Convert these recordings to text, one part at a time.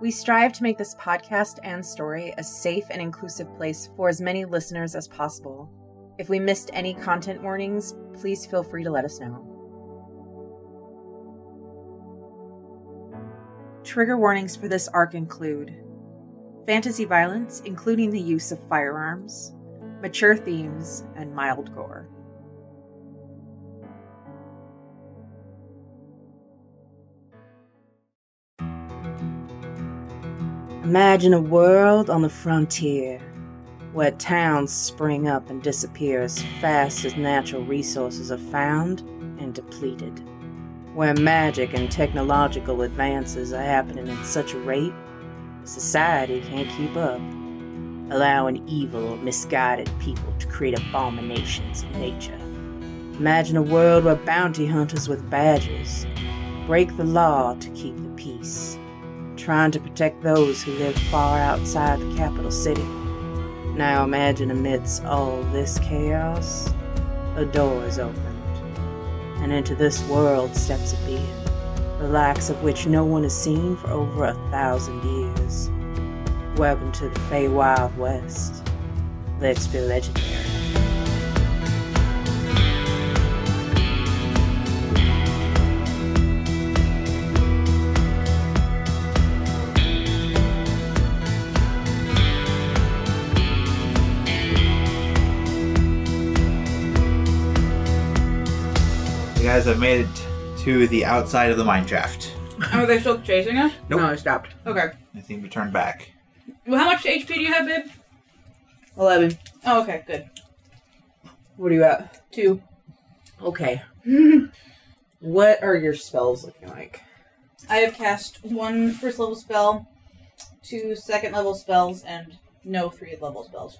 We strive to make this podcast and story a safe and inclusive place for as many listeners as possible. If we missed any content warnings, please feel free to let us know. Trigger warnings for this arc include fantasy violence, including the use of firearms, mature themes, and mild gore. Imagine a world on the frontier where towns spring up and disappear as fast as natural resources are found and depleted. Where magic and technological advances are happening at such a rate, society can't keep up, allowing evil, misguided people to create abominations of nature. Imagine a world where bounty hunters with badges break the law to keep the peace trying to protect those who live far outside the capital city. Now imagine amidst all this chaos, a door is opened, and into this world steps a being, the likes of which no one has seen for over a thousand years. Welcome to the Fey Wild West. Let's be legendary. You guys have made it to the outside of the mine shaft. Oh, Are they still chasing us? Nope. No, I stopped. Okay. They seem to turn back. Well, how much HP do you have, babe? 11. Oh, okay, good. What are you at? Two. Okay. What are your spells looking like? I have cast one first level spell, two second level spells, and no three level spells.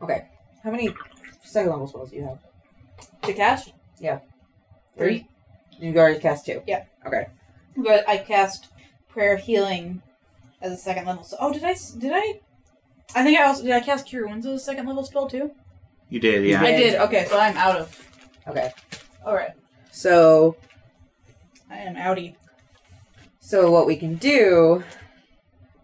Okay. How many second level spells do you have? To cast? Yeah. Three. You've already cast two. Yeah. Okay. But I cast Prayer of Healing as a second level. So, oh, did I? s- Did I? I think I also did. I cast Cure Wounds as a second level spell too. You did, yeah. yeah. I Right. did. Okay, so I'm out of. Okay. All right, So I am outie. so what we can do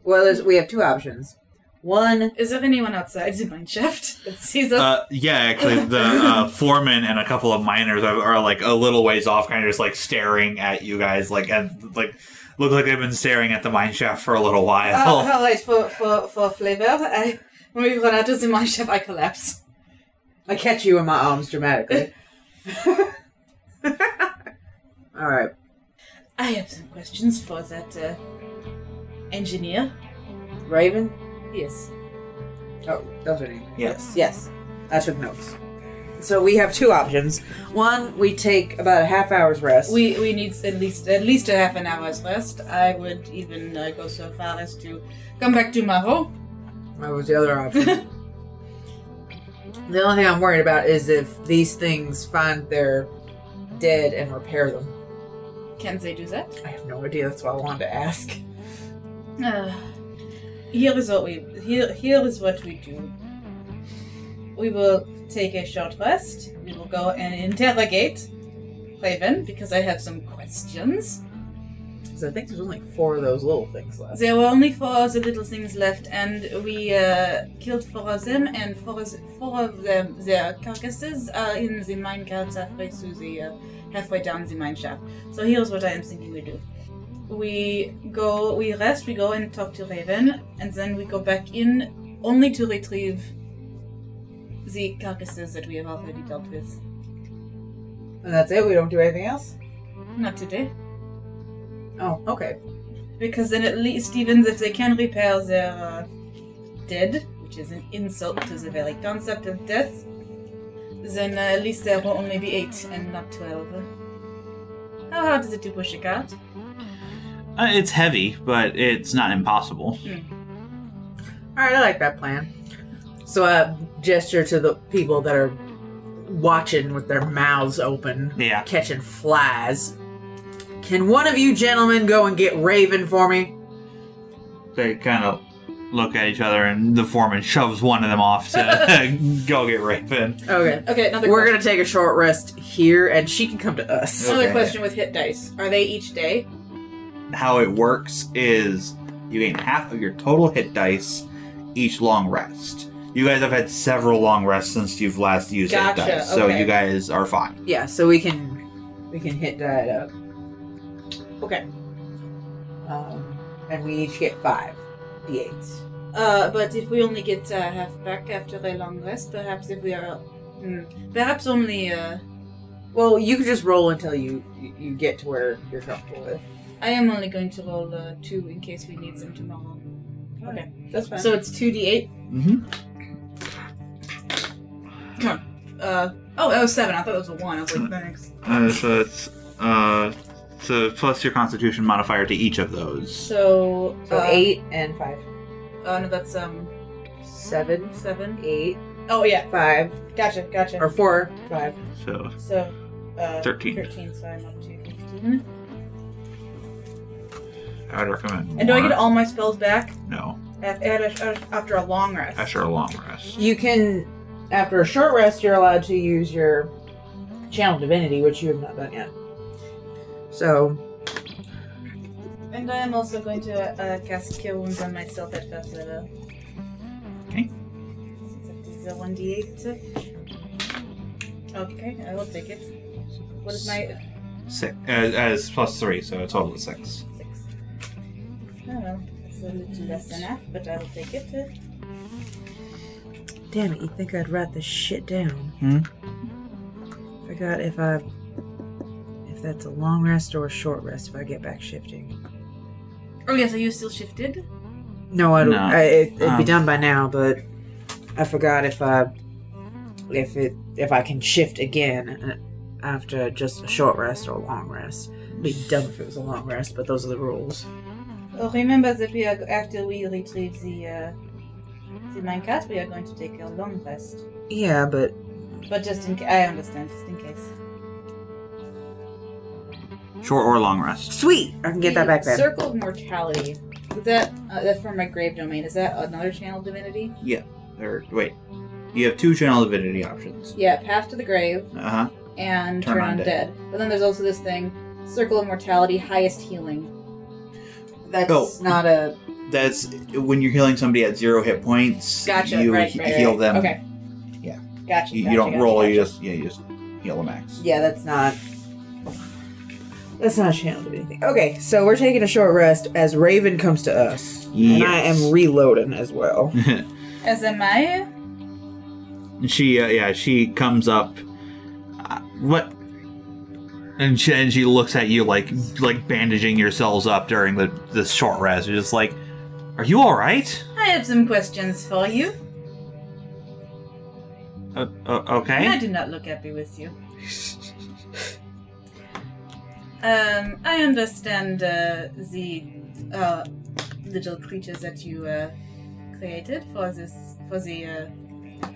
well there's we have two options. One Is there anyone outside the mine shaft that sees us? Uh, yeah, actually, the uh, foreman and a couple of miners are, are like a little ways off, kind of just like staring at you guys, like and like look like they've been staring at the mine shaft for a little Uh, while. all right, for for for flavor, I, when we run out of the mine shaft, I collapse. I catch you in my arms dramatically. Alright. I have some questions for that uh, engineer. Raven? Yes. Oh, that was her name. yes. Yes. I took notes. So we have two options. One, we take about a half hour's rest. We we need at least at least a half an hour's rest. I would even uh, go so far as to come back tomorrow. That was the other option. the only thing I'm worried about is if these things find their dead and repair them. Can they do that? I have no idea. That's why I wanted to ask. Uh, here is what we here here is what we do. We will take a short rest. We will go and interrogate Raven because I have some questions. Because I think there's only four of those little things left. There were only four other little things left, and we uh, killed four of them, and four of, four of them their carcasses are in the mine carts halfway through the uh, halfway down the mine shaft. So here's what I am thinking we do. We go, we rest, we go and talk to Raven, and then we go back in only to retrieve the carcasses that we have already dealt with. And that's it? We don't do anything else? Not today. Oh, okay. Because then at least even if they can repair their uh, dead, which is an insult to the very concept of death, then uh, at least there will only be eight and not twelve. How hard is it to push a cart? Uh, it's heavy, but it's not impossible. Alright, I like that plan. So I gesture to the people that are watching with their mouths open, Yeah. catching flies. Can one of you gentlemen go and get Raven for me? They kind of look at each other, and the foreman shoves one of them off to go get Raven. Okay. Okay, another We're question. gonna take a short rest here, and she can come to us. Okay. Another question with hit dice. Are they each day? how it works is you gain half of your total hit dice each long rest. You guys have had several long rests since you've last used Gotcha, hit dice, so okay. you guys are fine. Yeah, so we can we can hit diet up. Okay. Um, and we each get five d8s. Uh, but if we only get uh, half back after a long rest, perhaps if we are, hmm, perhaps only. Uh, Well, you can just roll until you you- you get to where you're comfortable with. I am only going to roll uh, two in case we need them tomorrow. Okay. That's fine. So it's two d eight. Mm-hmm. Uh, oh, that was seven. I thought it was a one. I was like, thanks. Uh, so it's uh, so plus your Constitution modifier to each of those. So, So uh, eight and five, Oh no, that's um seven, seven. eight, Oh yeah, five, gotcha, gotcha. or four, five. So So, uh, 13. Thirteen. So I'm up to fifteen. I would recommend. And do I more. get all my spells back No, af- at a- after a long rest? after a long rest. You can, after a short rest, you're allowed to use your channel divinity, which you have not done yet. So And I am also going to uh, uh, cast Cure Wounds on myself at first level. Okay. It's a 1d8. Okay, I will take it. What is my. Six as, as plus three, so a total of six. 6. Oh well, it's a little less than half, but I will take it. Damn it, you think I'd write this shit down? Hmm? Forgot if I. if that's a long rest or a short rest if I get back shifting. Oh yes, are you still shifted? No, I don't. No. I, it, it'd Um. be done by now, but I forgot if I. if it. if I can shift again uh, after just a short rest or a long rest. It'd be dumb if it was a long rest, but those are the rules. Oh, remember that we are after we retrieve the uh, the minecart, we are going to take a long rest. Yeah, but. But just in case, I understand, just in case. Short or long rest. Sweet! I can get that The back then. Circle of Mortality. Is that uh, that's from my grave domain? Is that another channel divinity? Or wait, you have two channel divinity options. Yeah, Path to the Grave Uh huh. and Turn Turn, on Undead. Dead. But then there's also this thing, Circle of Mortality, Highest Healing. that's Oh. not a That's when you're healing somebody at zero hit points. Gotcha. You right, he- right, heal right. them. Okay. Yeah. Gotcha. You, you gotcha, don't gotcha, roll. Gotcha. You just yeah. You just heal the max. yeah, that's not. That's not a channel divinity. Okay, so we're taking a short rest as Raven comes to us, and I Yes. am reloading as well. As am I. she uh, yeah she comes up. Uh, what? And she, and she looks at you like like bandaging yourselves up during the the short rest. You're just like, are you all right? I have some questions for you. Uh, uh, okay. And I do not look happy with you. Um, I understand uh, the uh, little creatures that you uh, created for this for the uh,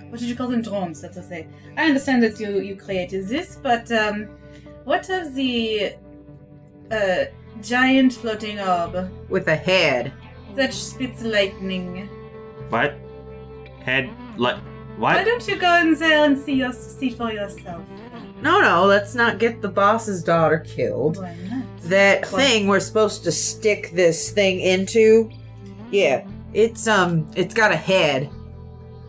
what did you call them drones? That's what I say. I understand that you you created this, but um, what of the uh, giant floating orb With a head. that spits lightning? What? Head like Why what? don't you go in there and see your, see for yourself? No, no, let's not get the boss's daughter killed. Why not? That What? thing we're supposed to stick this thing into. Yeah, it's um it's got a head.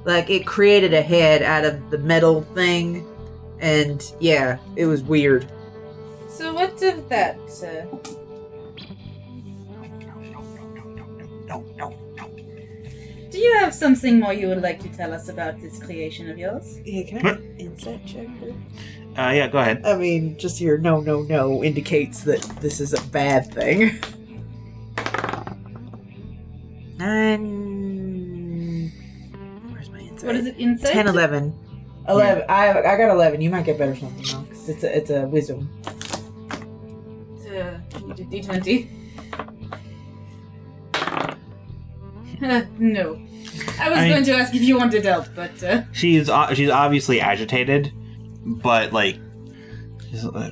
Like it created a head out of the metal thing and yeah, it was weird. So what of that? Uh, No, no. Do you have something more you would like to tell us about this creation of yours? Yeah, can I insight check Uh, yeah, go ahead. I mean, just your no no no indicates that this is a bad thing. Nine. Where's my insight? What is it inside? 10, 11. 11. I, I got 11. You might get better something, though, 'cause it's a, it's a wisdom. Uh, D20. Uh, no. I was I- going to ask if you wanted help, but uh, She's o- she's obviously agitated, but like she's, uh,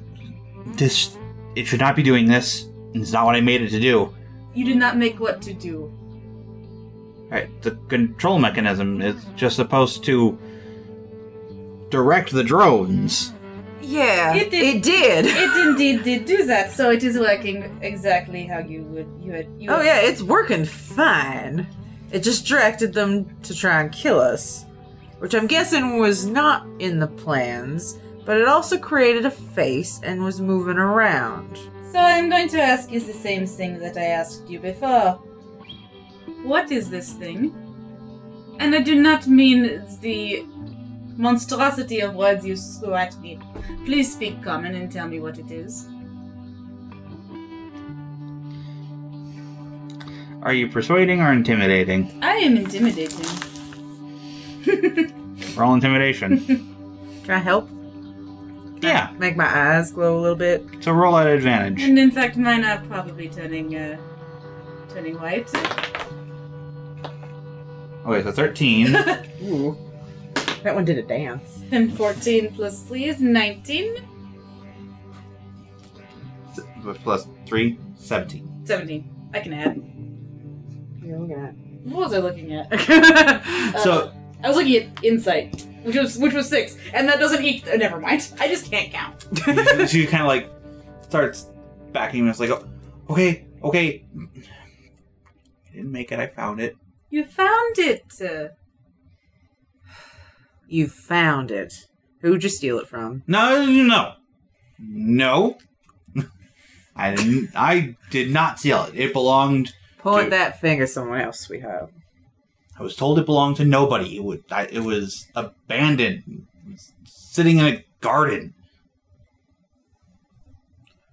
this, it should not be doing this. It's not what I made it to do. you did not make what to do. Right, the control mechanism is just supposed to direct the drones. Yeah, It it did- did. It did. It indeed did do that, so it is working exactly how you would you had. You oh had- yeah, it's working fine. It distracted them to try and kill us, which I'm guessing was not in the plans. But it also created a face and was moving around. So I'm going to ask you the same thing that I asked you before. What is this thing? And I do not mean the monstrosity of words you threw at me. Please speak common and tell me what it is. Are you persuading or intimidating? I am intimidating. Roll intimidation. Can I help? yeah. Make my eyes glow a little bit. So roll at advantage. And in fact, mine are probably turning, uh, turning white. Okay, so 13. Ooh, that one did a dance. And 14 plus 3 is 19? Plus 3, 17. 17. I can add. Yeah, look at What was I looking at? that. So, I was looking at insight, which was which was six, and that doesn't eat. Uh, never mind. I just can't count. she kind of like starts backing and it's like, "Oh, okay, okay. I didn't make it, I found it. You found it. Uh, you found it. Who'd you steal it from? No, no, no. I didn't. I did not steal it. It belonged. Point Dude. that finger somewhere else, sweetheart. I was told it belonged to nobody. It would. I, it was abandoned, sitting in a garden.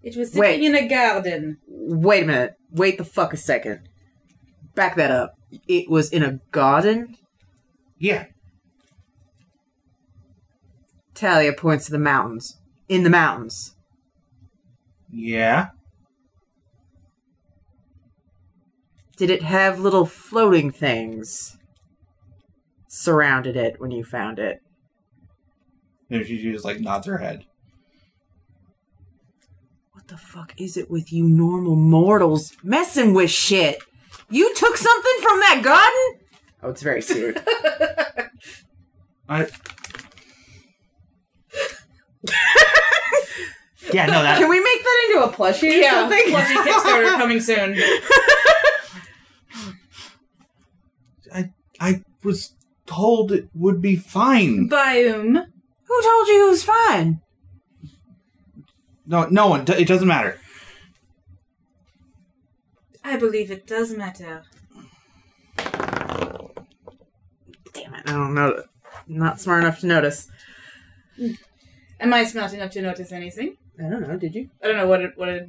it was Wait. sitting in a garden. Wait a minute. Wait the fuck a second. Back that up. It was in a garden. Yeah, Talia points to the mountains. In the mountains. yeah. Did it have little floating things surrounded it when you found it? And she just like nods her head. What the fuck is it with you normal mortals messing with shit? You took something from that garden? Oh, it's very serious. I. yeah, no, that Can we make that into a plushie or something? Kickstarter coming soon. I I was told it would be fine. Biome. Who told you it was fine? No, no one. It doesn't matter. I believe it does matter. Damn it, I don't know. Not smart enough to notice. Am I smart enough to notice anything? I don't know, did you? I don't know what it, what it,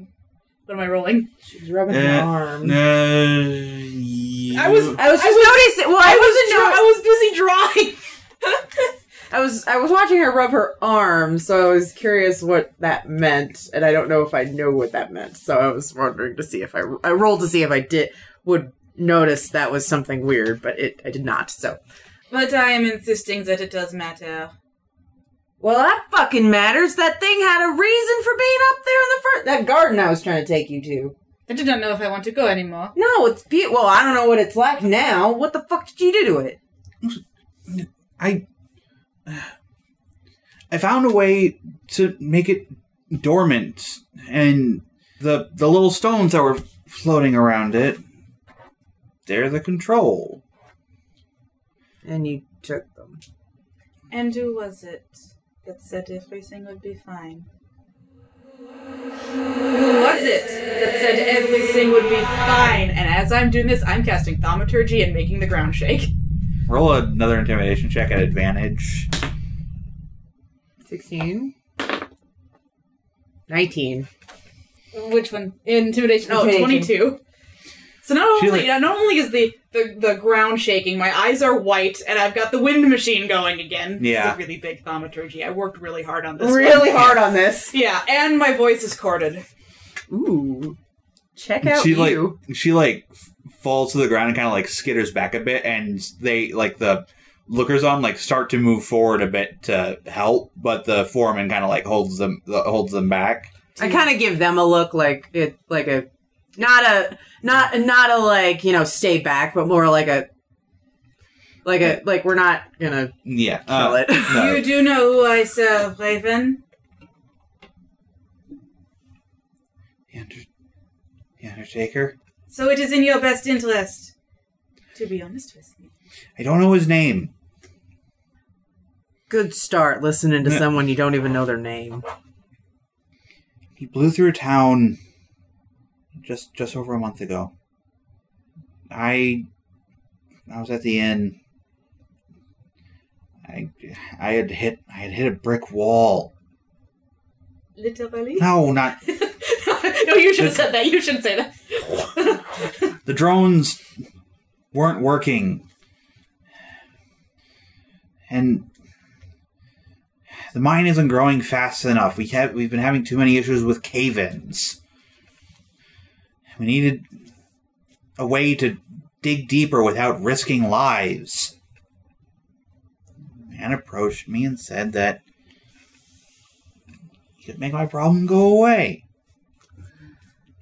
what am I rolling? She's rubbing Eh, arm. I I was I was just noticing. Well, I, wasn't. I was busy drawing. I was. I was watching her rub her arm, so I was curious what that meant, and I don't know if I know what that meant. So I was wondering to see if I. I rolled to see if I did would notice that was something weird, but it. I did not. So. But I am insisting that it does matter. Well, that fucking matters. That thing had a reason for being up there in the first. That garden I was trying to take you to. I do not know if I want to go anymore. No, it's be. Well, I don't know what it's like now. What the fuck did you do to it? I I found a way to make it dormant, and the the little stones that were floating around it. They're the control. And you took them. And who was it that said everything would be fine? Who was it that said everything would be fine? And as I'm doing this, I'm casting thaumaturgy and making the ground shake. Roll another intimidation check at advantage. 16. 19. Which one? Intimidation. Oh, Intimidation. 22. So not She only like- not only is the, the the ground shaking, my eyes are white, and I've got the wind machine going again. Yeah. This is a really big thaumaturgy. I worked really hard on this. one. Really hard on this. Yeah, and my voice is corded. Ooh. Check out she like you. she like f- falls to the ground and kind of like skitters back a bit, and they like the lookers on like start to move forward a bit to help, but the foreman kind of like holds them holds them back. I kind of give them a look like it, like a, not a, not, not a like, you know, stay back, but more like a, like a, like we're not gonna Yeah, kill uh, it. no. You do know who I serve, Raven. The, under- the Undertaker? So it is in your best interest to be honest with me. I don't know his name. Good start listening to Yeah. someone you don't even know their name. He blew through town just just over a month ago. I I was at the inn. I I had hit I had hit a brick wall. Literally. No, not no, you should have said that. You shouldn't say that. the drones weren't working and the mine isn't growing fast enough we have we've been having too many issues with cave-ins we needed a way to dig deeper without risking lives man approached me and said that he could make my problem go away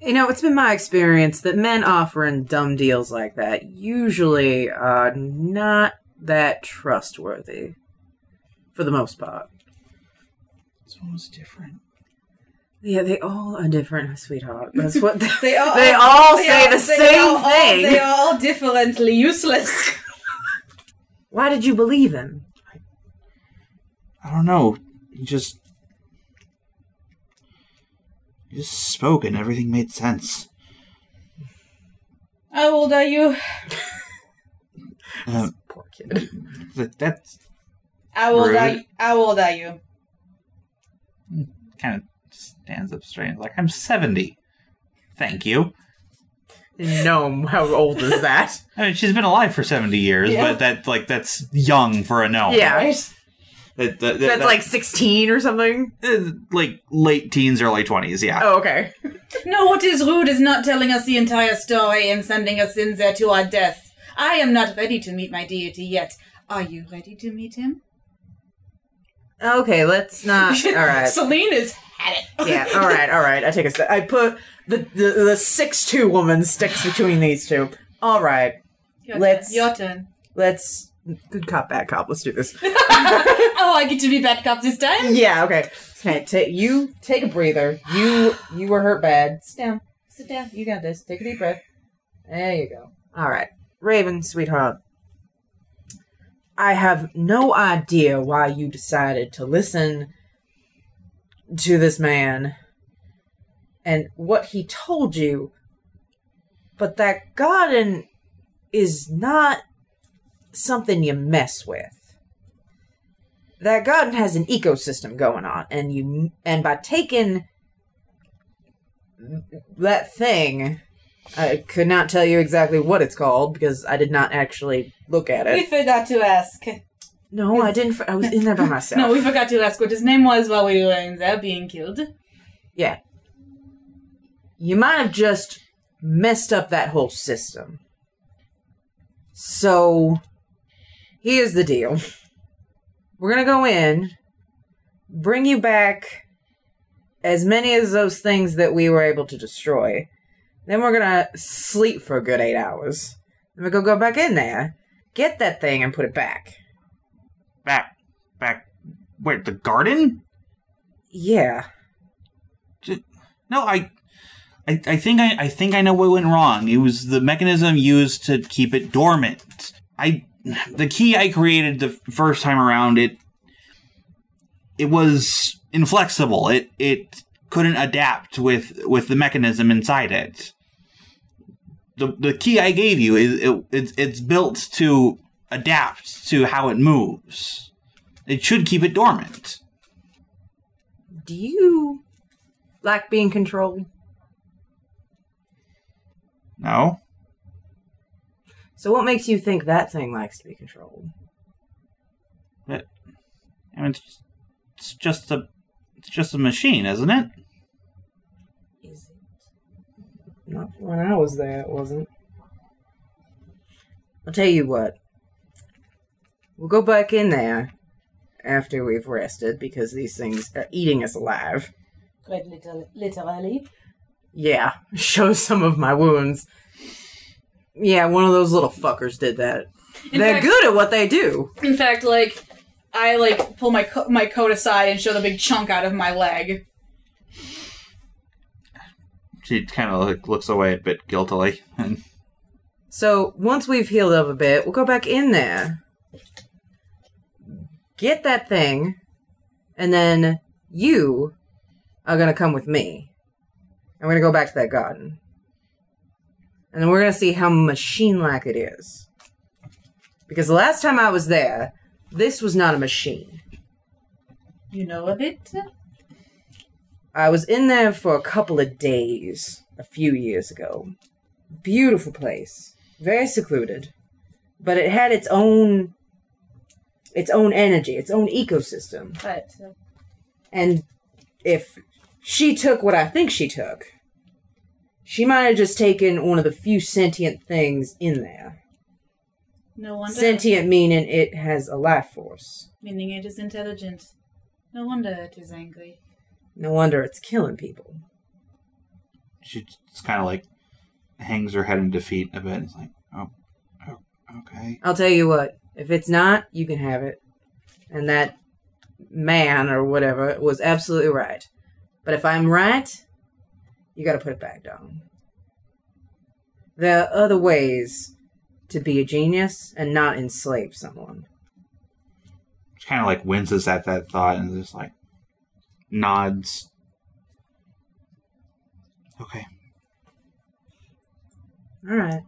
You know, it's been my experience that men offering dumb deals like that usually are not that trustworthy for the most part. this one was different Yeah, they all are different, sweetheart. That's what they, They all, They all say the same all- thing. they are all differently useless. Why did you believe him? I don't know. He just he just spoke and everything made sense. How old are you? Um, Poor kid. that, that's How old are Rude. you? How old are you? kind of stands up straight. Like I'm seventy. Thank you. Gnome, how old is that? I mean, she's been alive for seventy years, Yeah. but that like that's young for a gnome. yeah, That- that- that- that's that- like 16 or something. uh, like late teens, early twenties. Yeah. Oh, okay. No, what is rude is not telling us the entire story and sending us in there to our death. I am not ready to meet my deity yet. Are you ready to meet him? Okay, let's not. All right. Celine is had it. yeah, all right, all right. I take a step. I put the the, the six two woman sticks between these two. All right, Your Let's- turn. Your turn. let's good cop bad cop. Let's do this. oh, I get to be bad cop this time. yeah, okay. Okay, ta- you take a breather. You you were hurt bad. Sit down. Sit down. You got this. Take a deep breath. There you go. All right, Raven, sweetheart. I have no idea why you decided to listen to this man and what he told you, but that garden is not something you mess with that garden has an ecosystem going on and you and by taking that thing i could not tell you exactly what it's called because i did not actually look at We it forgot to ask. no i didn't i was in there by myself No, we forgot to ask what his name was while we were in there being killed. Yeah. You might have just messed up that whole system. So, here's the deal we're going to go in, bring you back as many of those things that we were able to destroy. Then we're going to sleep for a good eight hours. Then we're going to go back in there, get that thing, and put it back. Back, back. Wait, the garden? Yeah. No, I. I, I think I, I think I know what went wrong. It was the mechanism used to keep it dormant. I the key I created the first time around it it was inflexible. It it couldn't adapt with with the mechanism inside it. The the key I gave you is it, it's it's built to adapt to how it moves. It should keep it dormant. Do you like being controlled? No. So, what makes you think that thing likes to be controlled? I mean, it's, it's just a it's just a machine, isn't it? Is it? Not when I was there, it wasn't. I'll tell you what. We'll go back in there after we've rested because these things are eating us alive. Quite little, literally. Yeah, show some of my wounds. Yeah, one of those little fuckers did that. In They're fact- good at what they do. In fact, like I like pull my co- my coat aside and show the big chunk out of my leg. She kind of like, looks away a bit guiltily. And So once we've healed up a bit, we'll go back in there. Get that thing, and then you are gonna come with me. I'm gonna go back to that garden. And then we're gonna see how machine like it is. Because the last time I was there, this was not a machine. You know of it? I was in there for a couple of days a few years ago. Beautiful place, very secluded, but it had its own its own energy, its own ecosystem. Right. so- And if she took what I think she took, she might have just taken one of the few sentient things in there. No wonder. Sentient meaning it has a life force. Meaning it is intelligent. No wonder it is angry. No wonder it's killing people. she just kind of like hangs her head in defeat a bit. And is like, oh, oh, okay. I'll tell you what. If it's not, you can have it. And that man or whatever was absolutely right. But if I'm right, you got to put it back down. There are other ways to be a genius and not enslave someone. She kind of like winces at that thought and just like nods. Okay. All right.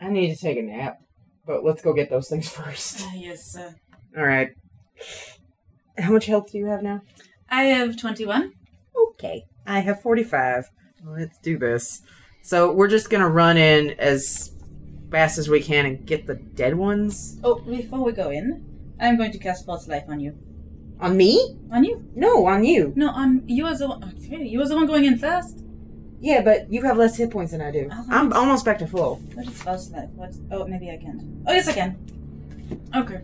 I need to take a nap, but let's go get those things first. Ah, yes, sir. All right. How much health do you have now? I have 21. Okay. I have 45. Let's do this. So we're just going to run in as fast as we can and get the dead ones. Oh, before we go in, I'm going to cast False Life on you. On me? On you? No, on you. No, on you as the one. Okay, you as the one going in first. Yeah, but you have less hit points than I do. Oh. I'm almost back to full. What is False Life? What? Oh, maybe I can't. Oh, yes, I can. Okay,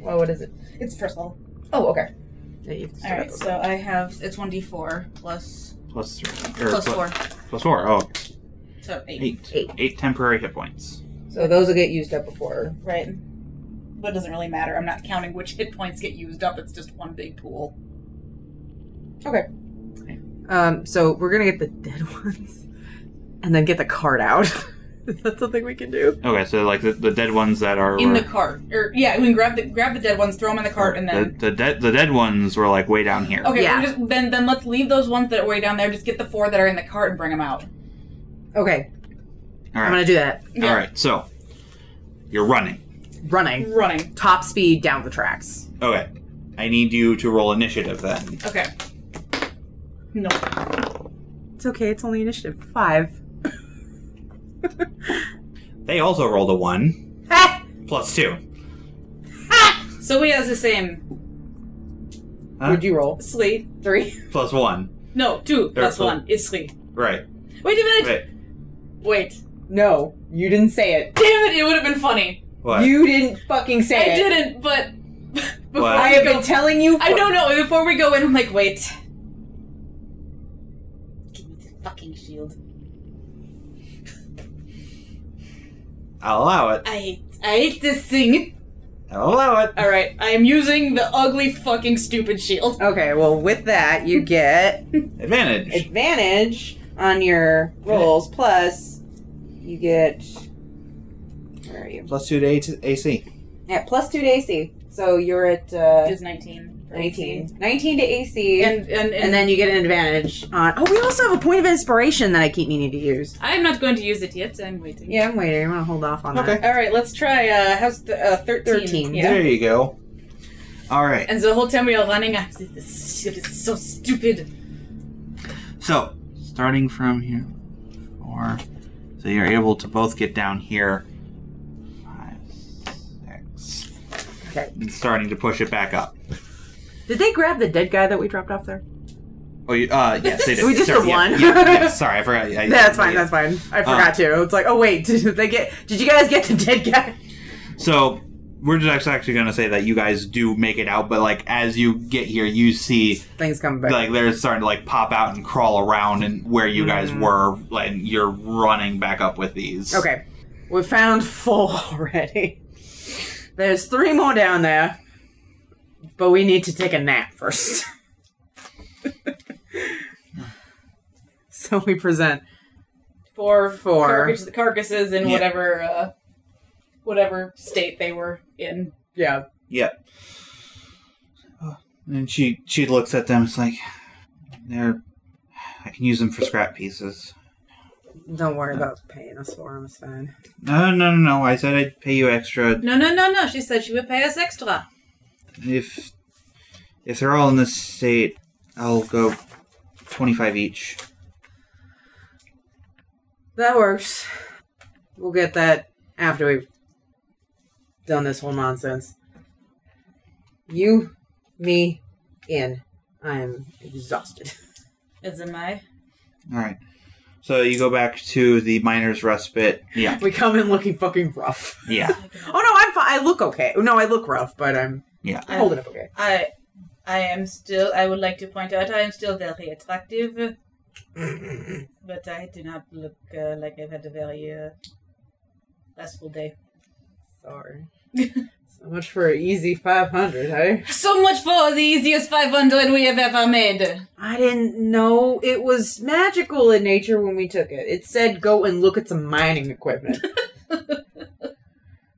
Well, what is it? it's first level. Oh, okay. Yeah, you have to All start right, over. so I have it's 1d4 plus Plus three. or plus pl- four, Plus four. Oh, so eight. eight. Eight. Eight temporary hit points. So those will get used up before. Right. But it doesn't really matter. I'm not counting which hit points get used up. It's just one big pool. Um, so we're going to get the dead ones and then get the cart out. is that something we can do? Okay, so like the, the dead ones that are In the cart, or yeah, we can grab the grab the dead ones, throw them in the cart, and the, then the dead the dead ones were like way down here. okay, Yeah. we're just, then then let's leave those ones that are way down there. Just get the four that are in the cart and bring them out. Okay. All I'm right. going to do that. Yeah. All right. So you're running. Running. Running. Top speed down the tracks. Okay. I need you to roll initiative then. Okay. No. It's okay. It's only initiative five. They also rolled a one plus two. So we has the same Huh? Would you roll? three, three. Plus one. No, two plus four. one is three. Right. Wait a minute. Right. Wait. No, you didn't say it. Damn it! It would have been funny. What? You didn't fucking say I it. didn't, but before What? I we have go- been telling you. I for- don't know. Before we go in, I'm like, wait. Give me the fucking shield. I'll allow it. I hate, I hate this thing. I'll allow it. All right, I am using the ugly fucking stupid shield. Okay, well, with that, you get Advantage. advantage on your rolls, plus you get. Where are you? Plus two to A- to AC. Yeah, plus two to AC. So you're at uh, Is 19. for 19. 19 to AC. AC. And, and, and, and then you get an advantage on. Oh, we also have a point of inspiration that I keep meaning to use. I am not going to use it yet. I'm waiting. Yeah, I'm waiting. I'm going to hold off on Okay. that. All right, let's try. Uh, how's the uh, 13? 13. Yeah. There you go. All right. And the whole time we are running, I'm like, this shit is so stupid. So, starting from here, four. So you're able to both get down here. Five, six. Okay. And starting to push it back up. Did they grab the dead guy that we dropped off there? Oh, you, uh, yes, they did. We just Sorry, did yeah, one. Yeah, yeah, sorry, I forgot. I- That's fine. yeah. That's fine. I forgot to. It's like, oh wait, did they get? Did you guys get the dead guy? So we're just actually going to say that you guys do make it out, but like as you get here, you see Things come back. like they're starting to like pop out and crawl around and where you guys Mm. were, like and you're running back up with these. okay, we found four already. There's three more down there, but we need to take a nap first. So we present Four, Four. carcass- carcasses in Yeah. whatever uh, whatever state they were in. yeah Yep. And she she looks at them. It's like they're. I can use them for scrap pieces. Don't worry about paying us for them. It's fine. No, no, no, no. I said I'd pay you extra No, no, no, no. She said she would pay us extra. if if they're all in this state. I'll go twenty five each. That works. We'll get that after we've done this whole nonsense. You, me, in. I'm exhausted. Is in my All right. So you go back to the miner's respite. Yeah, We come in looking fucking rough. yeah, Oh no, I'm fine. I look okay. No, I look rough, but I'm yeah. I'm holding up okay. I I am still I would like to point out I am still very attractive, but I do not look uh, like I've had a very uh, restful day. Sorry. so much for an easy 500, hey? So much for the easiest 500 we have ever made. I didn't know it was magical in nature when we took it. It said go and look at some mining equipment.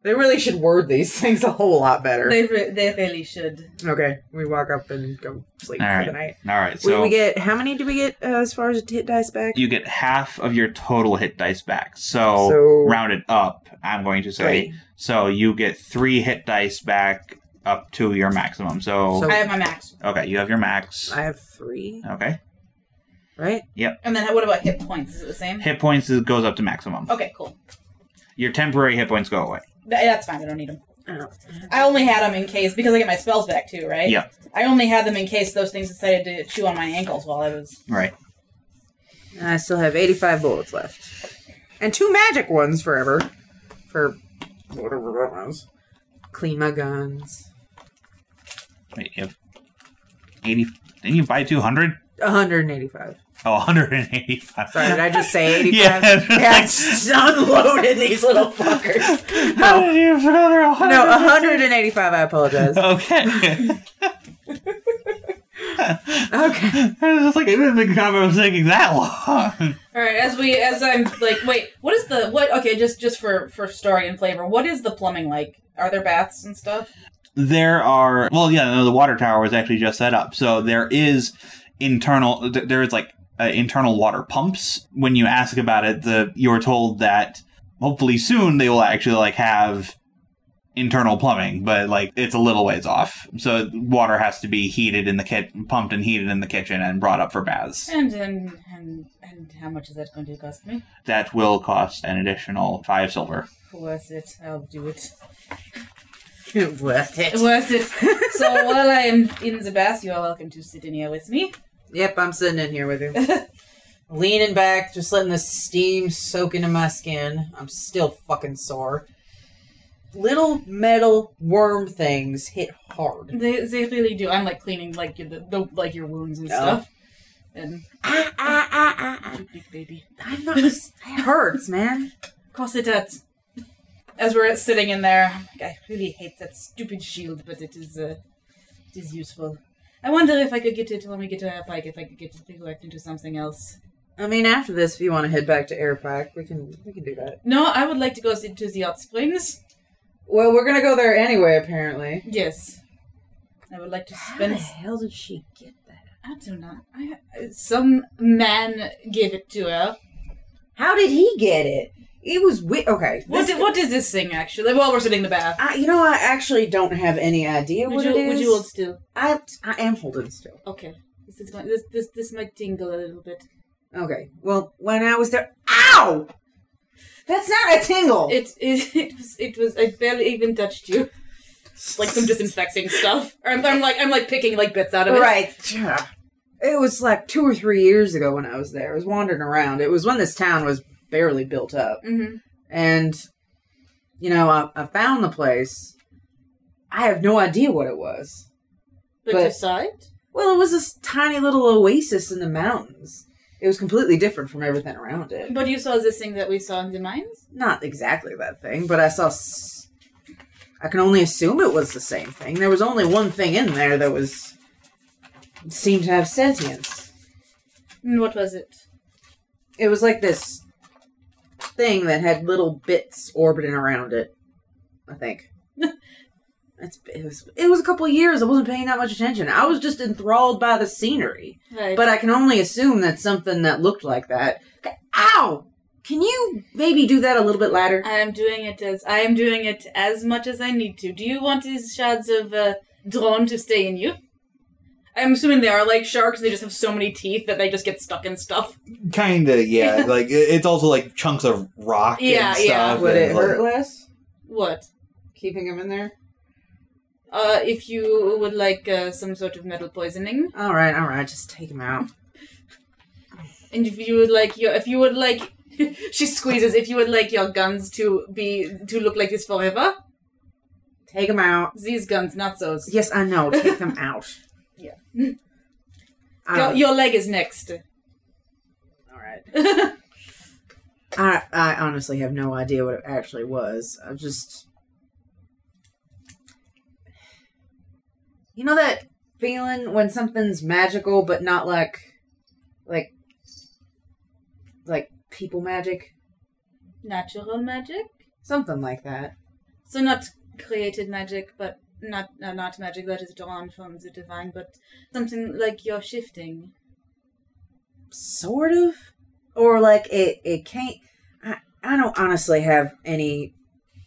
they really should word these things a whole lot better. They re- they really should. okay, we walk up and go sleep All for right. the night. All right. We- So we get how many do we get uh, as far as hit dice back? you get half of your total hit dice back. So, So- round it up. I'm going to say Right. so you get three hit dice back up to your maximum. So, So- I have my max. okay, you have your max. I have three, okay, right? And then what about hit points? Is it the same? hit points is- goes up to maximum. Oh. Okay, cool. Your temporary hit points go away. Th- that's fine. I don't need them. I don't- I only had them in case because I get my spells back too, right? Yeah. I only had them in case those things decided to chew on my ankles while I was. Right. I still have 85 bullets left. And two magic ones forever. For whatever that was. Clean my guns. Wait, you have eighty. Didn't you buy two hundred? 185. Oh, 185. Sorry, did I just say 85? Yeah. I just unloaded these little fuckers. How did you have another No, uh-huh. 100? 185, I apologize. Okay. Okay. I was just like, I didn't think I was thinking that long. All right, as we as I'm like, wait, what is the what? Okay, just just for for story and flavor, what is the plumbing like? Are there baths and stuff? There are, well, yeah, no, the water tower was actually just set up. So there is internal, th- there is like uh, internal water pumps. When you ask about it, the you're told that hopefully soon they will actually like have internal plumbing, but like it's a little ways off. So water has to be heated in the kit, pumped and heated in the kitchen and brought up for baths. And and and and how much is that going to cost me? That will cost an additional five silver. Worth it. I'll do it. It was it. Worth it. so while I am in the bath, you are welcome to sit in here with me. Yep, I'm sitting in here with you. Leaning back, just letting the steam soak into my skin. I'm still fucking sore. Little metal worm things hit hard. They they really do. I'm like cleaning like your, the, the like your wounds and Oh. stuff. And Ah, ah, ah, ah, ah. big, big baby. I'm not. It hurts, man. Course it does. As we're sitting in there, I'm like, I really hate that stupid shield, but it is uh, it is useful. I wonder if I could get it when we get to our bike. If I could get it reworked into something else. I mean, after this, if you want to head back to Airpack, we can we can do that. No, I would like to go sit to the hot springs. Well, we're gonna go there anyway, apparently. Yes, I would like to spend. hell did she get that? I do not. I, some man gave it to her. How did he get it? It was wi- okay. What, this- is, what is this thing actually? While we're sitting in the bath, I, you know, I actually don't have any idea would what you it is. would you hold still? I I am holding still. Okay, this is going. This this this might tingle a little bit. Okay. Well, when I was there, ow! That's not a tingle. It it it was it was. I barely even touched you. It's like some disinfecting stuff. Or I'm, I'm like I'm like picking like bits out of it. right. Yeah. It was like two or three years ago when I was there. I was wandering around. It was when this town was barely built up. Mm-hmm. and you know I, I found the place i have no idea what it was But, But- you saw it. well it was this tiny little oasis in the mountains it was completely different from everything around it But you saw this thing that we saw in the mines. not exactly that thing but i saw s- i can only assume it was the same thing there was only one thing in there that was seemed to have sentience And what was it? It was like this thing that had little bits orbiting around it. I think. That's it was it was a couple of years. I wasn't paying that much attention. I was just enthralled by the scenery. Right. But I can only assume that's something that looked like that. Ow! Can you maybe do that a little bit louder? I am doing it as I am doing it as much as I need to. Do you want these shards of uh, drone to stay in you? I'm assuming they are like sharks. They just have so many teeth that they just get stuck in stuff. Kinda, yeah. like it- it's also like chunks of rock. Yeah, and yeah. stuff Would and, it like- hurt less What? keeping him in there? Uh, if you would like uh, some sort of metal poisoning, All right, all right, just take him out. and if you would like your, if you would like, she squeezes. If you would like your guns to be to look like this forever, Take him out. these guns, not those. Yes, I know. Take him out. Yeah. Um, Your- your leg is next. all right. I I honestly have no idea what it actually was. I just You know that feeling when something's magical but not like like like people magic? Natural magic. Something like that. So not created magic, but not uh, not magic that is drawn from the divine, but something like you're shifting. Sort of. Or like it it can't I I don't honestly have any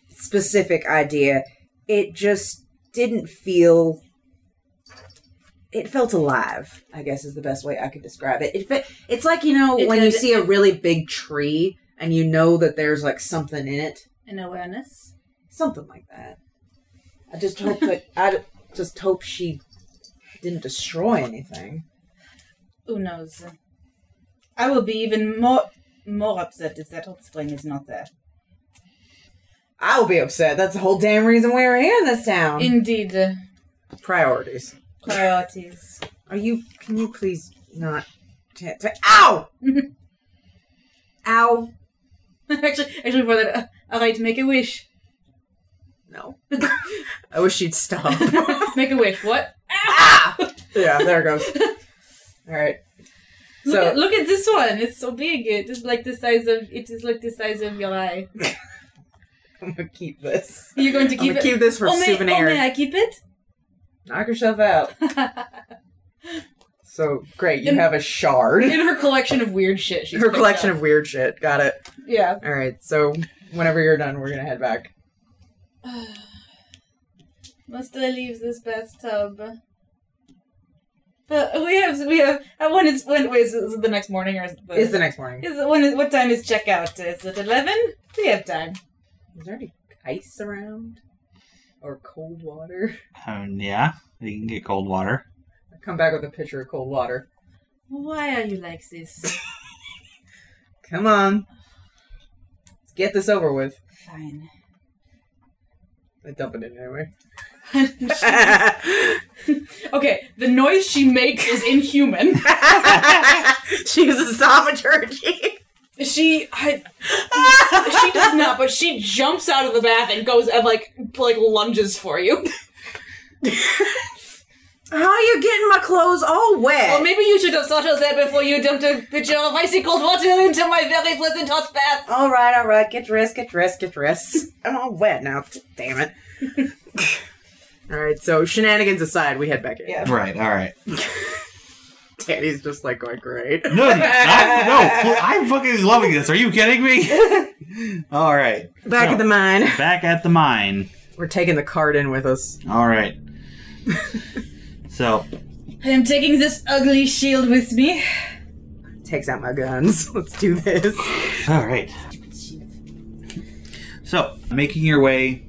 specific idea. It just didn't feel it felt alive i guess is the best way i could describe it, it fe- it's like you know It when you did. see a really big tree and you know that there's like something in it An awareness. something like that i just hope that i d- just hope she didn't destroy anything Who knows? I will be even more more upset if that hot spring is not there. i will be upset that's the whole damn reason we we're here in this town Indeed, uh, priorities priorities. Are you? Can you please not? T- t- ow! ow! actually, actually, for that, uh, all right, make a wish. No. I wish you'd stop. make a wish. What? ah! Yeah, there it goes. All right. Look, So- at, look at this one. It's so big. It is like the size of it is like the size of your eye. I'm gonna keep this. You're going to I'm keep gonna it. keep this for oh, a may, oh, souvenir. may I keep it? Knock yourself out. So great, you In- have a shard. In her collection of weird shit, she's Her collection of weird shit. Got it. yeah. All right. So whenever you're done, we're gonna head back. Must I leave this bathtub? But we have we have uh, when is when wait, is it is it the next morning or is it the, It's the next morning. is it, when is, what time is checkout? Is it eleven? We have time. Is there any ice around or cold water? Um, yeah, you can get cold water. I come back with a pitcher of cold water. Why are you like this? Come on. Let's get this over with. Fine. I dump it in anyway. okay, the noise she makes is inhuman. she uses thaumaturgy. She I, she does not, but she jumps out of the bath and goes and like like lunges for you. How are you getting my clothes all Well, wet? maybe you should have thought of that before you dumped a pitcher of icy cold water into my very pleasant hot bath. all right, all right. Get dressed, get dressed, get dressed. I'm all wet now. Damn it. all right, so shenanigans aside, we head back in. Yeah. Right. All right. Danny's just like going, great. No, no, I, no, I'm fucking loving this. Are you kidding me? All right. Back at the mine. Back at the mine. We're taking the card in with us. All right. so I am taking this ugly shield with me. Takes out my guns. Let's do this. All right. So, making your way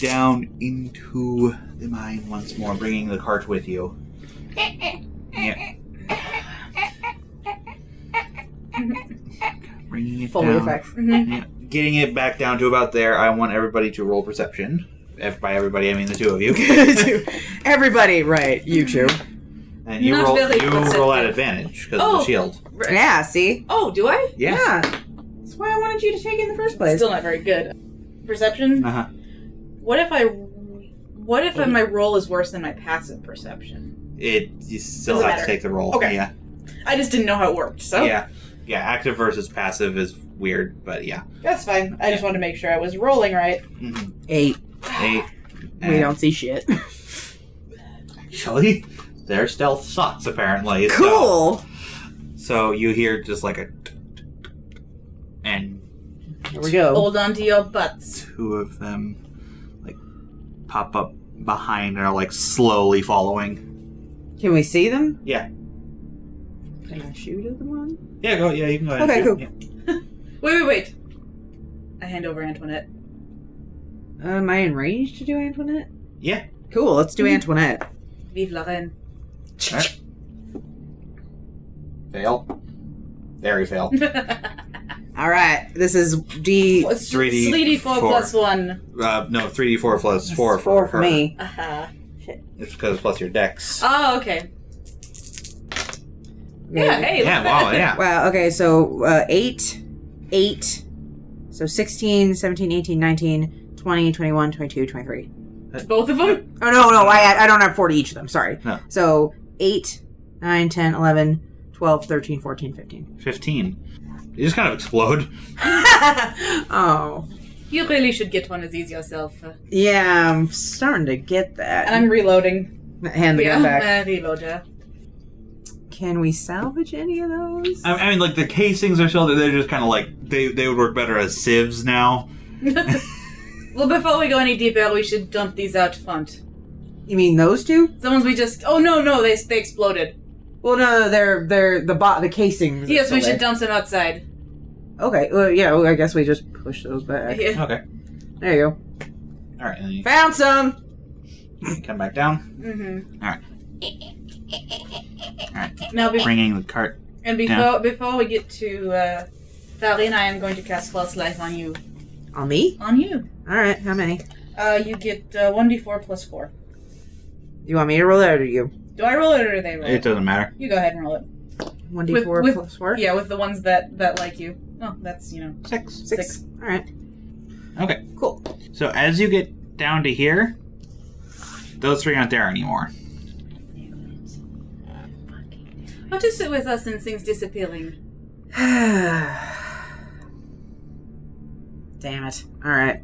down into the mine once more, bringing the cart with you. Yeah. Bringing it Fully down. effects. Mm-hmm. Yeah. Getting it back down to about there, I want everybody to roll perception. If by everybody, I mean the two of you. Everybody, right? You two. And you Not roll, very you roll at perceptive. advantage because of Oh. the shield. Yeah. See. Oh, do I? Yeah. That's why I wanted you to take it in the first place. Still not very good. Perception. Uh huh. What if I? What if my roll is worse than my passive perception? It you still Doesn't have matter. to take the roll. Okay. Yeah. I just didn't know how it worked. So Yeah. yeah, active versus passive is weird, but yeah. That's fine. I just wanted to make sure I was rolling right. Mhm. Eight. Eight. We And don't see shit. Actually, their stealth sucks apparently. so- Cool. So, you hear just like a, t- t- t- and Here we go. Hold on to your butts. two of them like pop up behind and are like slowly following. Can we see them? Yeah. Can I shoot at the one? Yeah, go. Yeah, you can go. ahead. Okay, cool. Wait, wait, wait. I hand over Antoinette. Uh, am I in range to do Antoinette? Mm-hmm. Yeah. Cool. Let's do Antoinette. Vive la reine. Fail. Very fail. All right. This is D. What's 3D Sleety 4 four. plus 1. Uh, no, three d four plus four It's four for her. me. Uh-huh. It's because plus your dex. Oh, okay. Yeah, hey. yeah. Wow. Yeah. Wow. Okay. So uh, eight, eight. So 16, 17, 18, 19, 20, 21, 22, 23. Both of them? Oh, no, no. I, I don't have 40 each of them. Sorry. No. So 8, 9, 10, 11, 12, 13, 14, 15. Fifteen. You just kind of explode. oh. You really should get one of these yourself. And Yeah, I'm starting to get that. And I'm reloading. Hand the gun back. yeah, uh, reloader. Can we salvage any of those? I, I mean, like the casings are still there. They're just kind of like they they would work better as sieves now. Well, before we go any deeper, we should dump these out front. you mean those two? The ones we just. Oh, no, no, they, they exploded. Well, no, no, they're they're the bot the casings. are Yes, we still should dump them outside. there. Okay. Well, yeah. Well, I guess we just push those back. Here. Okay. There you go. All right. And then Found some. you come back down, Mm-hmm. Alright. Now, before. bringing the cart. And before Yeah. before we get to uh, Farina, I am going to cast False Life on you. On me. On you. All right. How many? Uh, you get uh, 1d4 plus 4. You want me to roll that or you? Do I roll it or do they roll It it? doesn't matter. You go ahead and roll it. One d four With- with- plus four. Yeah, with the ones that, that like you. Oh, that's, you know. Six. Six. All right. Okay. Cool. So as you get down to here, those three aren't there anymore. What is it with us and things disappearing? Damn it. All right.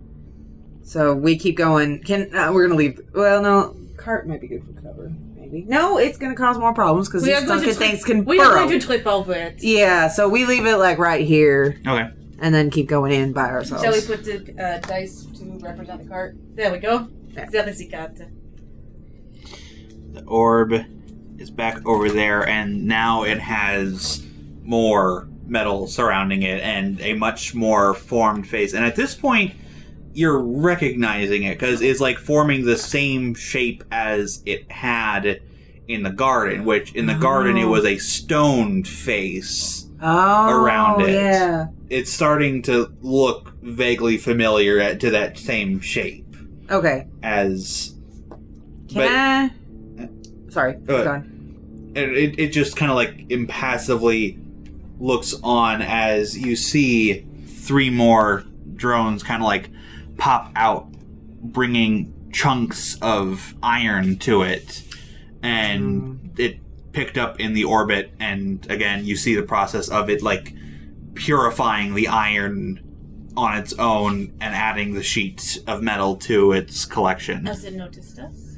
So we keep going. Can uh, we're gonna leave? Well, no. Cart might be good for cover. Maybe. No, it's gonna cause more problems because We these are going to sunken tri- things can We are burrow. going to trip over it. Yeah, so we leave it like right here Okay. and then keep going in by ourselves. Shall we put the uh, dice to represent the cart? There we go. Yeah. There is the cart. The orb is back over there, and now it has more metal surrounding it and a much more formed face. And at this point, you're recognizing it because it's like forming the same shape as it had in the garden, which in the garden it Oh. was a stoned face. oh, around it? Yeah. It's starting to look vaguely familiar at, to that same shape Okay. as. Can I? Sorry. Uh, go on. it, it, it just kind of like impassively looks on as you see three more drones kind of like pop out bringing chunks of iron to it and it picked up in the orbit and again you see the process of it like purifying the iron on its own and adding the sheet of metal to its collection Has it noticed us?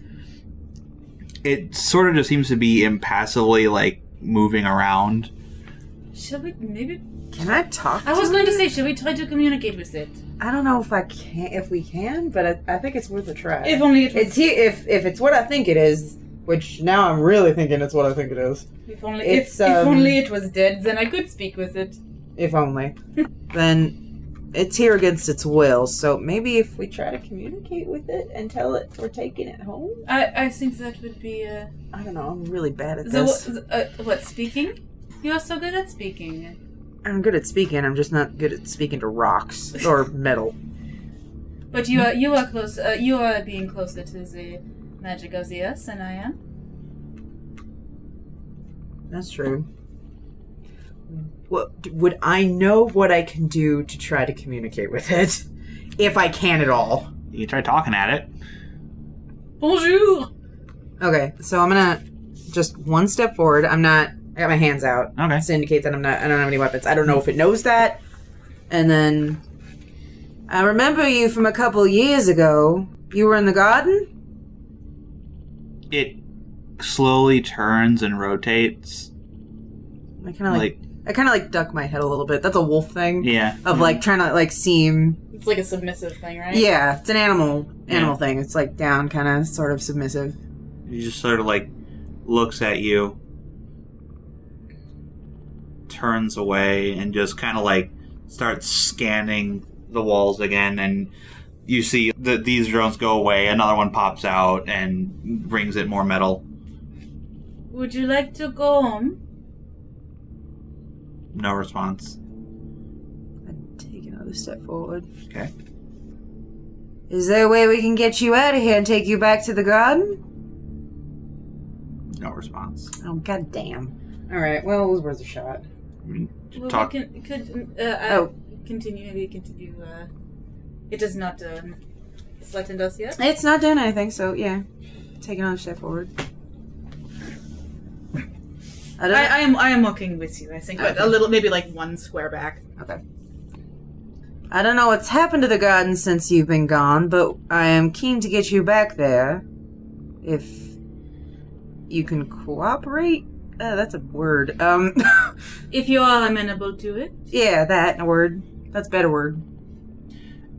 it sort of just seems to be impassively like moving around. Shall we maybe? Can I talk? I was to going to it? say, should we try to communicate with it? I don't know if I can, if we can, but I, I think it's worth a try. If only it was. it's he, if if it's what I think it is, which now I'm really thinking it's what I think it is. If only it's, if, if um, only it was dead, then I could speak with it. If only. then it's here against its will. So maybe if we try to communicate with it and tell it we're taking it home. I I think that would be. Uh, I don't know. I'm really bad at the, this. wh- uh, what speaking? You are so good at speaking. I'm good at speaking. I'm just not good at speaking to rocks or metal. But you are you are close. Uh, you are being closer to the magic of the earth than I am. That's true. What would I know what I can do to try to communicate with it, if I can at all? You can try talking at it. Bonjour. Okay, so I'm gonna just one step forward. I'm not I got my hands out. Okay. This indicates that I'm not. I don't have any weapons. I don't know if it knows that. And then I remember you from a couple years ago. You were in the garden. It slowly turns and rotates. I kind of like, like I kind of like duck my head a little bit. That's a wolf thing yeah. of like trying to like seem. It's like a submissive thing, right? Yeah, it's an animal animal Yeah. thing. It's like down, kind of sort of submissive. He just sort of like looks at you, turns away, and just kind of like starts scanning the walls again. And you see that these drones go away. Another one pops out and brings it more metal. Would you like to go home? No response. and take another step forward. Okay. Is there a way we can get you out of here and take you back to the garden? No response. Oh, goddamn. All right, well, it was worth a shot. I mean, to Well, talk. We can, could uh, uh, Oh. continue. Maybe continue. Uh, it does not um, threaten us yet. It's not doing anything, so yeah. Take another step forward. I don't I, I am. I am walking with you. I think, But a little, maybe like one square back. I don't know what's happened to the garden since you've been gone, but I am keen to get you back there. If you can cooperate? Uh, that's a word. Um, if you are amenable to it, yeah, that and a word. That's a better word.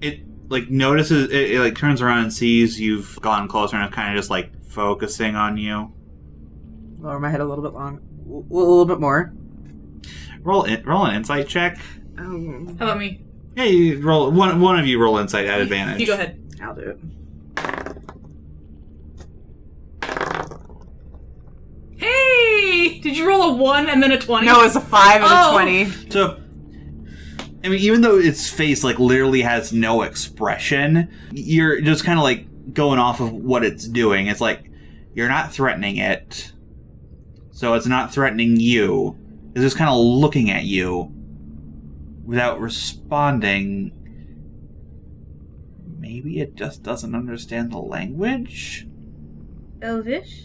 it like notices it, it like turns around and sees you've gone closer and kind of just like focusing on you. lower my head a little bit long, w- a little bit more. Roll in, roll an insight check. Um, how about me? Yeah, you roll one. One of you roll insight at advantage. You go ahead. I'll do it. Hey! Did you roll a one and then a twenty? No, it's a five and Oh. a twenty. So, I mean, even though its face like literally has no expression, you're just kind of like going off of what it's doing. It's like you're not threatening it, so it's not threatening you. It's just kind of looking at you without responding. Maybe it just doesn't understand the language. Elvish.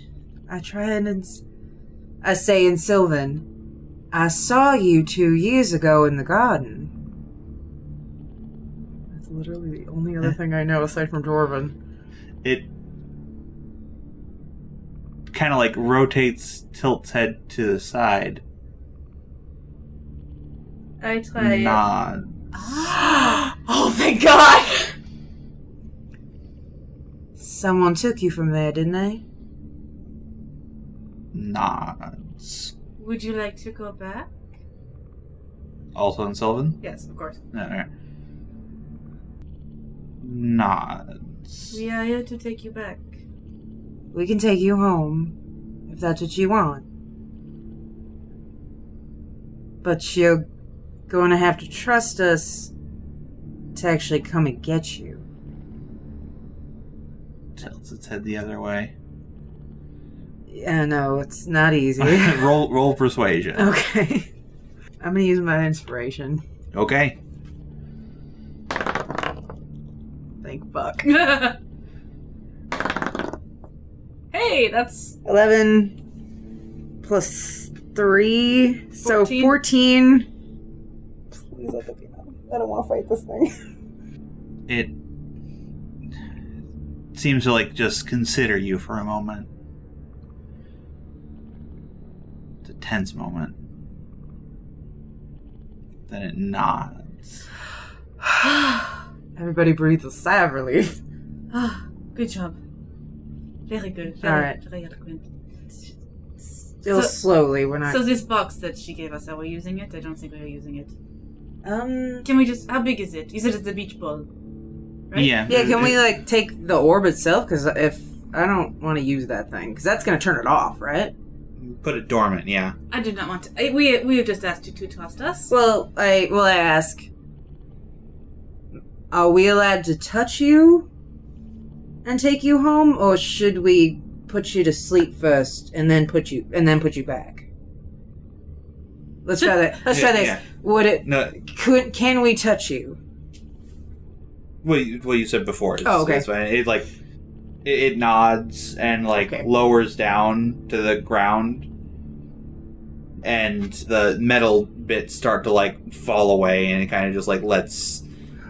I try and ins- I say in Sylvan, I saw you two years ago in the garden. That's literally the only other thing I know aside from Dwarven. It kind of like rotates, tilts head to the side. I try. Nod. oh, thank God! Someone took you from there, didn't they? Nods. Would you like to go back? Also in Sylvan? Yes, of course. Alright. Nods. We are here to take you back. We can take you home if that's what you want. But you're going to have to trust us to actually come and get you. Tilts its head the other way. Yeah, no, it's not easy. roll roll Oh. persuasion. okay. I'm gonna use my inspiration. Okay. Thank fuck. hey, that's Eleven plus three, so Fourteen. fourteen. Please let that be enough. I don't want to fight this thing. It seems to like just consider you for a moment. It's a tense moment. Then it nods. Everybody breathes a sigh of relief. Ah, good job. Very good. Very, All right. Very eloquent. Still So- slowly, we're not. So this box that she gave us, are we using it? I don't think we are using it. um. Can we just? How big is it? You said it's a beach ball. Right? Yeah. Yeah, can we it- like take the orb itself? Because if I don't want to use that thing, because that's gonna turn it off, right? put it dormant, yeah. I do not want to. I, we we have just asked you to trust us. Well, I well I ask, are we allowed to touch you and take you home, or should we put you to sleep first and then put you and then put you back? Let's try that. Let's try Yeah, this. yeah. Would it? No, Could can we touch you? what you, what you said before. Is, Oh, okay. Is fine. It like it, it nods and like Okay. lowers down to the ground, and the metal bits start to like fall away and it kind of just like lets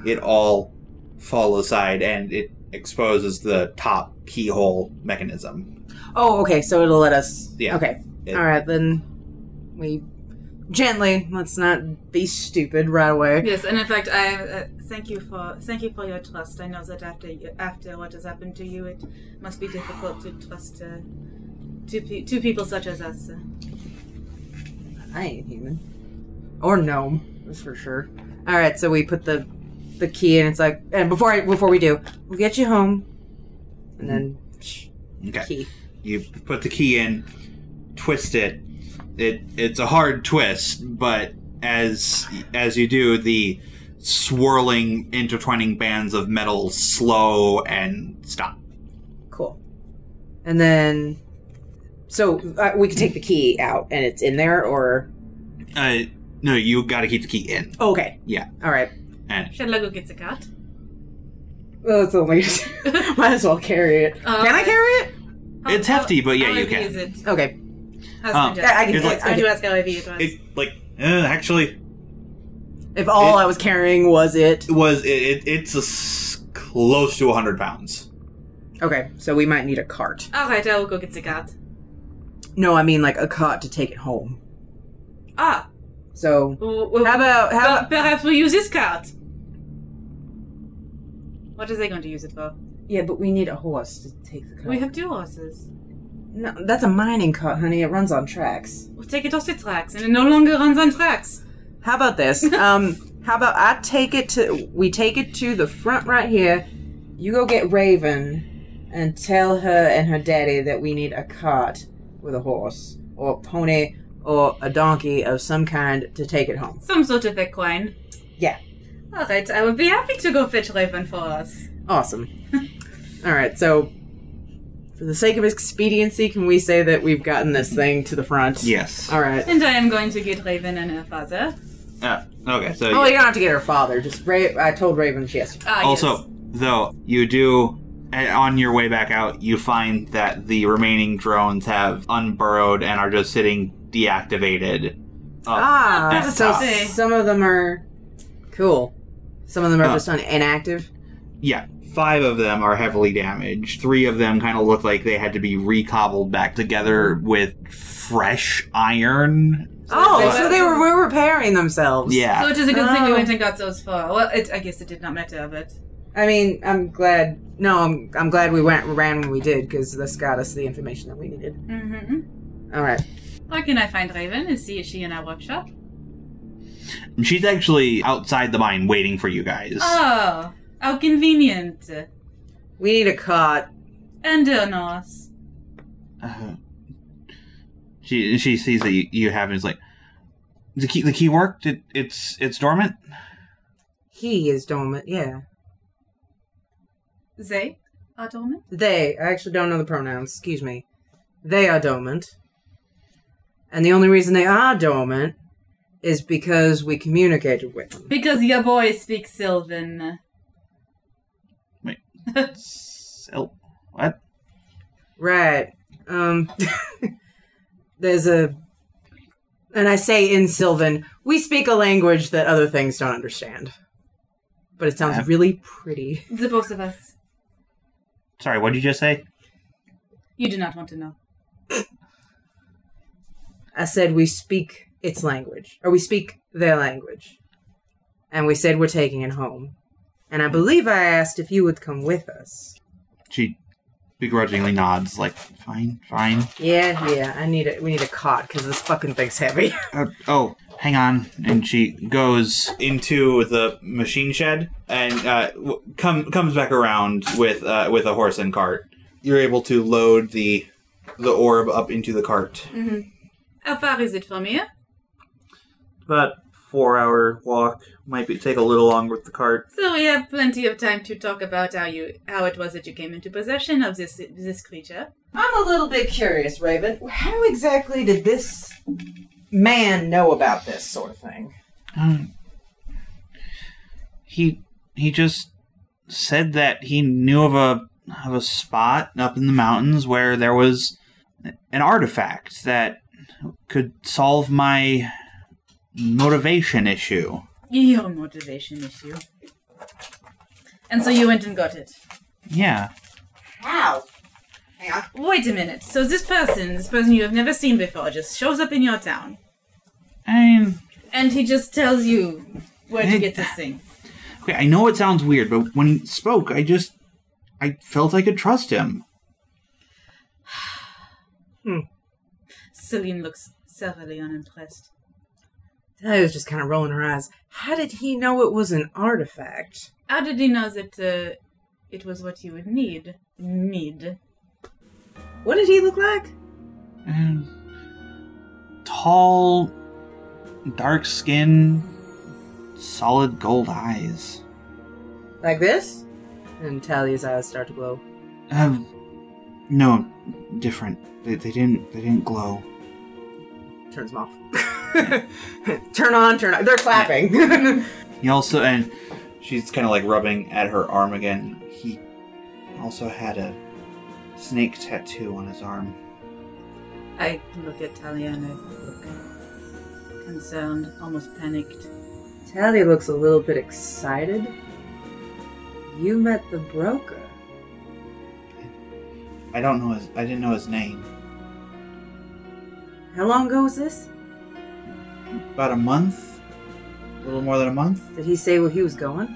it all fall aside and it exposes the top keyhole mechanism. Oh, okay. So it'll let us. Yeah. Okay. It- All right, then we gently. Let's not be stupid right away. Yes, and in fact, I uh, thank you for thank you for your trust. I know that after you, after what has happened to you, it must be difficult to trust uh, two pe- two people such as us. I ain't human. Or gnome, that's for sure. All right, so we put the the key in. It's like, and before I, before we do, we'll get you home, and then psh, Mm-hmm. Okay. key. You put the key in, twist it. It it's a hard twist, but as as you do, the swirling, intertwining bands of metal slow and stop. Cool. And then, so uh, we can take the key out, and it's in there, or Uh, no, you got to keep the key in. oh, okay, Yeah. All right. And Shall I go get the cat? Well, it's only might as well carry it. Uh, Can I carry it? how- it's how- hefty, but yeah, Oh, How you heavy can. Is it? Okay. Um, How's my I, Um, I jacket? can. It's like- I I can do ask how heavy it was. It like uh, actually if all it- I was carrying was it. it was it, it it's a s- close to hundred pounds. Okay, so we might need a cart. All right, I will go get the cat. No, I mean like a cart to take it home. Ah, So w- w- how about how per- about, perhaps we use this cat. What is they going to use it for? yeah? But we need a horse to take the cart. We have two horses. no, that's a mining cart, honey. It runs on tracks. We'll take it off the tracks, and it no longer runs on tracks. How about this? um, how about I take it to we take it to the front right here. You go get Raven and tell her and her daddy that we need a cart with a horse or a pony or a donkey of some kind to take it home. Some sort of equine. Yeah. All right, I would be happy to go fetch Raven for us. Awesome. All right, so for the sake of expediency, can we say that we've gotten this thing to the front? Yes. All right. And I am going to get Raven and her father. Uh, okay. So Oh, you don't have to get her father. Just Ra- I told Raven she has to. Ah, Also, though, you do, and on your way back out, you find that the remaining drones have unburrowed and are just sitting deactivated. Uh, Ah, that's so tough. some of them are cool. Some of them are Oh. just on inactive. Yeah, five of them are heavily damaged. Three of them kind of look like they had to be recobbled back together with fresh iron. Oh, they- so they were, were repairing themselves. So Yeah. it is a good thing we Oh. went and got those for. Well, it, I guess it did not matter, but I mean, I'm glad. No, I'm I'm glad we went ran when we did because this got us the information that we needed. hmm All right. Where can I find Raven and see if she in our workshop? She's actually outside the mine waiting for you guys. Oh, how convenient. We need a cot. And uh, Norse. Uh, she she sees that you, you have and is like, the key the key worked. It, it's it's dormant. He is dormant. Yeah. They are dormant? They. I actually don't know the pronouns. Excuse me. They are dormant. And the only reason they are dormant is because we communicated with them. Because your boy speaks Sylvan. Sil- what? Right. Um there's a and I say in Sylvan, we speak a language that other things don't understand. But it sounds Yeah. really pretty. The both of us. Sorry, what did you just say? You do not want to know. I said we speak its language. Or we speak their language. And we said we're taking it home. And I believe I asked if you would come with us. She begrudgingly nods, like, fine, fine. Yeah, yeah, I need it. We need a cot because this fucking thing's heavy. Uh, oh, hang on. And she goes into the machine shed and uh, w- come comes back around with uh, with a horse and cart. You're able to load the the orb up into the cart. How far is it from here? About four hour walk might be, take a little longer with the cart. So we have plenty of time to talk about how you how it was that you came into possession of this this creature. I'm a little bit curious, Raven. How exactly did this man know about this sort of thing? Um, he he just said that he knew of a of a spot up in the mountains where there was an artifact that could solve my motivation issue. Your motivation issue. And so you went and got it. Yeah. How? Hang on. Wait a minute. So this person, this person you have never seen before, just shows up in your town, I mean, and he just tells you where to Hey, get this thing. okay, I know it sounds weird, but when he spoke, I just I felt I could trust him. Celine looks thoroughly unimpressed. I was just kind of rolling her eyes. How did he know it was an artifact? How did he know that uh, it was what you would need? Need. What did he look like? And tall, dark skin, solid gold eyes. Like this? And Talia's eyes start to glow. Um, no, different. They, they didn't. They didn't glow. Turns them off. turn on, turn on. They're clapping. He also and she's kind of like rubbing at her arm again. He also had a snake tattoo on his arm. I look at Talia and I look concerned, almost panicked. Talia looks a little bit excited. You met the broker. I don't know his. I didn't know his name. How long ago was this? About a month, a little more than a month. Did he say where he was going?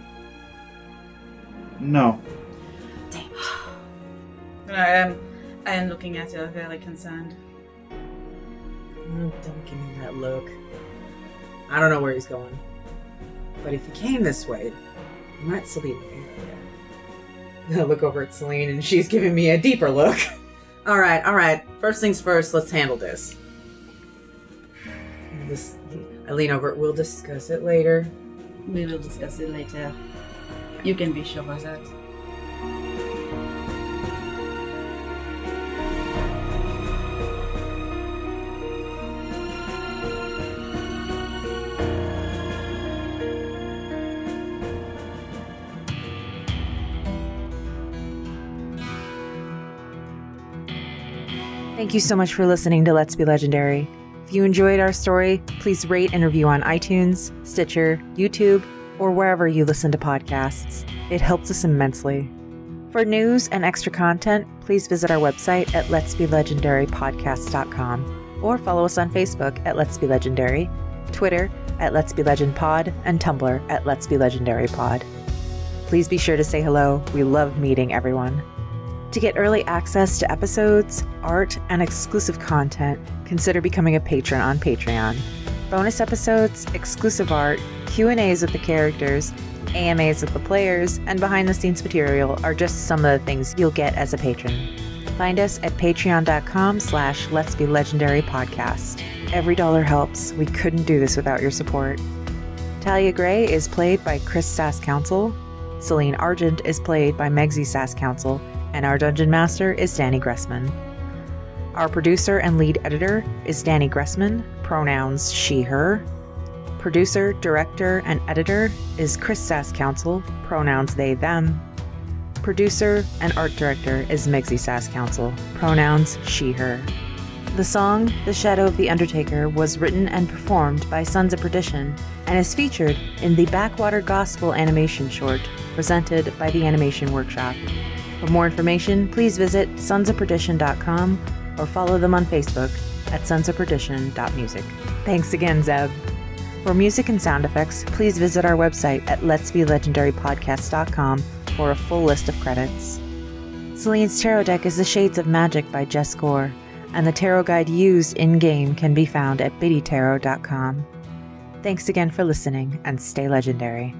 No, And I am, I am looking at her very concerned. Mm, Oh, don't give me that look. I don't know where he's going. but if he came this way, he might still be in the area. I look over at Celine and she's giving me a deeper look. all right, all right. First things first, let's handle this. And this I lean over. We'll discuss it later. We will discuss it later. You can be sure of that. Thank you so much for listening to Let's Be Legendary. If you enjoyed our story, please rate and review on iTunes, Stitcher, YouTube, or wherever you listen to podcasts. It helps us immensely. For news and extra content, please visit our website at letsbelegendarypodcast.com or follow us on Facebook at Let's Be Legendary, Twitter at Let's Be Legend Pod, and Tumblr at Let's Be Legendary Pod. Please be sure to say hello. We love meeting everyone. To get early access to episodes, art, and exclusive content, consider becoming a patron on Patreon. Bonus episodes, exclusive art, Q&As with the characters, AMAs with the players, and behind-the-scenes material are just some of the things you'll get as a patron. Find us at patreon.com slash let's be legendary podcast. Every dollar helps. We couldn't do this without your support. Talia Gray is played by Chris Sass Council. Celine Argent is played by Megzi Sass Council, and our dungeon master is Danny Gressman. Our producer and lead editor is Danny Gressman, pronouns she, her. Producer, director, and editor is Chris Sass Council, pronouns they, them. Producer and art director is Megzi Sass Council, pronouns she, her. The song, The Shadow of the Undertaker, was written and performed by Sons of Perdition and is featured in the Backwater Gospel animation short presented by the Animation Workshop. For more information, please visit sonsofperdition.com or follow them on Facebook at sonsofperdition.music. Thanks again, Zeb. For music and sound effects, please visit our website at letsbelegendarypodcast.com for a full list of credits. Celine's tarot deck is The Shades of Magic by Jess Gore, and the tarot guide used in game can be found at biddytarot.com. Thanks again for listening and stay legendary.